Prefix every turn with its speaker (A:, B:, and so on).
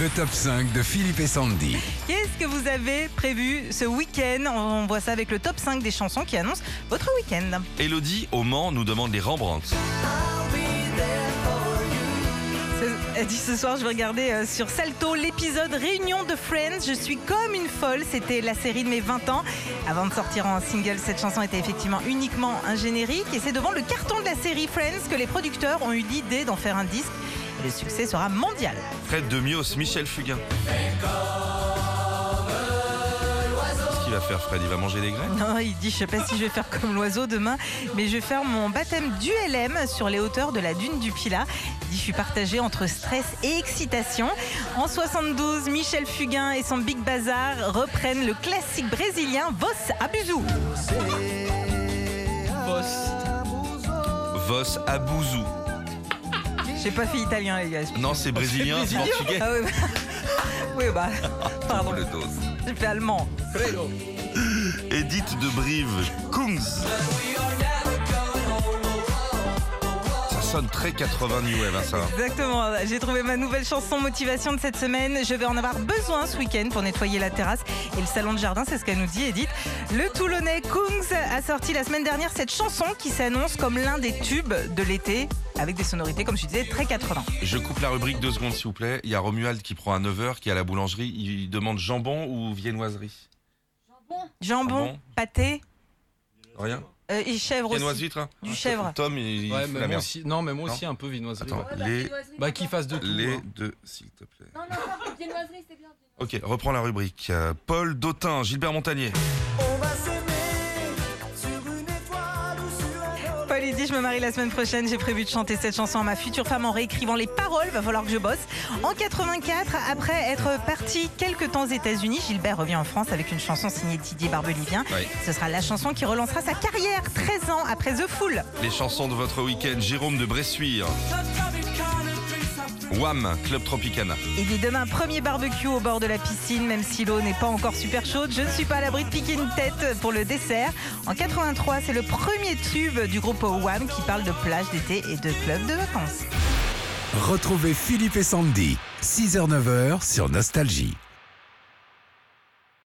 A: Le top 5 de Philippe et Sandy.
B: Qu'est-ce que vous avez prévu ce week-end On voit ça avec le top 5 des chansons qui annoncent votre week-end.
C: Elodie au Mans nous demande les Rembrandt.
B: Ce- Elle dit ce soir, je vais regarder euh, sur Salto l'épisode Réunion de Friends. Je suis comme une folle. C'était la série de mes 20 ans. Avant de sortir en single, cette chanson était effectivement uniquement un générique. Et c'est devant le carton de la série Friends que les producteurs ont eu l'idée d'en faire un disque. Et le succès sera mondial.
C: Fred de Mios, Michel Fugain. Qu'est-ce qu'il va faire Fred Il va manger des graines
B: Non, il dit, je sais pas si je vais faire comme l'oiseau demain, mais je vais faire mon baptême du LM sur les hauteurs de la dune du Pilat. Il dit, je suis partagé entre stress et excitation. En 72, Michel Fugain et son Big Bazar reprennent le classique brésilien Vos Abusou.
C: Vos Abouzou.
B: J'ai pas fait italien, les gars.
C: Non, c'est brésilien, c'est portugais.
B: Ah oui, bah, oui, bah, pardon,
C: Oh, Le dos.
B: j'ai fait allemand.
C: Edith de Brive, Kungs. Ça sonne très 80 New Wave, hein, ça.
B: Exactement, j'ai trouvé ma nouvelle chanson motivation de cette semaine. Je vais en avoir besoin ce week-end pour nettoyer la terrasse et le salon de jardin, c'est ce qu'elle nous dit Edith. Le Toulonnais Kungs a sorti la semaine dernière cette chanson qui s'annonce comme l'un des tubes de l'été avec des sonorités, comme je disais, très 80.
C: Je coupe la rubrique deux secondes, s'il vous plaît. Il y a Romuald qui prend à 9h, qui est à la boulangerie. Il demande jambon ou viennoiserie
B: Jambon,
C: Bon.
B: pâté
C: Rien
B: euh, et chèvre
C: Viennoise
B: aussi.
C: vitre hein
B: Du chèvre.
C: Tom, il, il
D: Ouais,
C: fout
D: mais
C: la
D: moi
C: merde.
D: aussi, non, mais moi
C: Non.
D: aussi un peu viennoiserie.
C: Attends,
D: ouais.
C: les,
D: Bah, qu'ils fassent de tout.
C: les
D: hein.
C: deux, s'il te plaît.
E: Non, non, non, viennoiserie, c'est bien.
C: Ok, reprends la rubrique. Euh, Paul Dautin, Gilbert Montagnier.
B: Paul, il dit Je me marie la semaine prochaine, j'ai prévu de chanter cette chanson à ma future femme en réécrivant les paroles, va falloir que je bosse. En 84, après être parti quelques temps aux États-Unis, Gilbert revient en France avec une chanson signée Didier Barbelivien.
C: Ouais.
B: Ce sera la chanson qui relancera sa carrière 13 ans après The Fool.
C: Les chansons de votre week-end, Jérôme de Bressuire. Wham, Club Tropicana.
B: Il dit demain, premier barbecue au bord de la piscine, même si l'eau n'est pas encore super chaude, je ne suis pas à l'abri de piquer une tête pour le dessert. En 83, c'est le premier tube du groupe Wham qui parle de plage d'été et de club de vacances.
A: Retrouvez Philippe et Sandy, 6h-9h sur Nostalgie.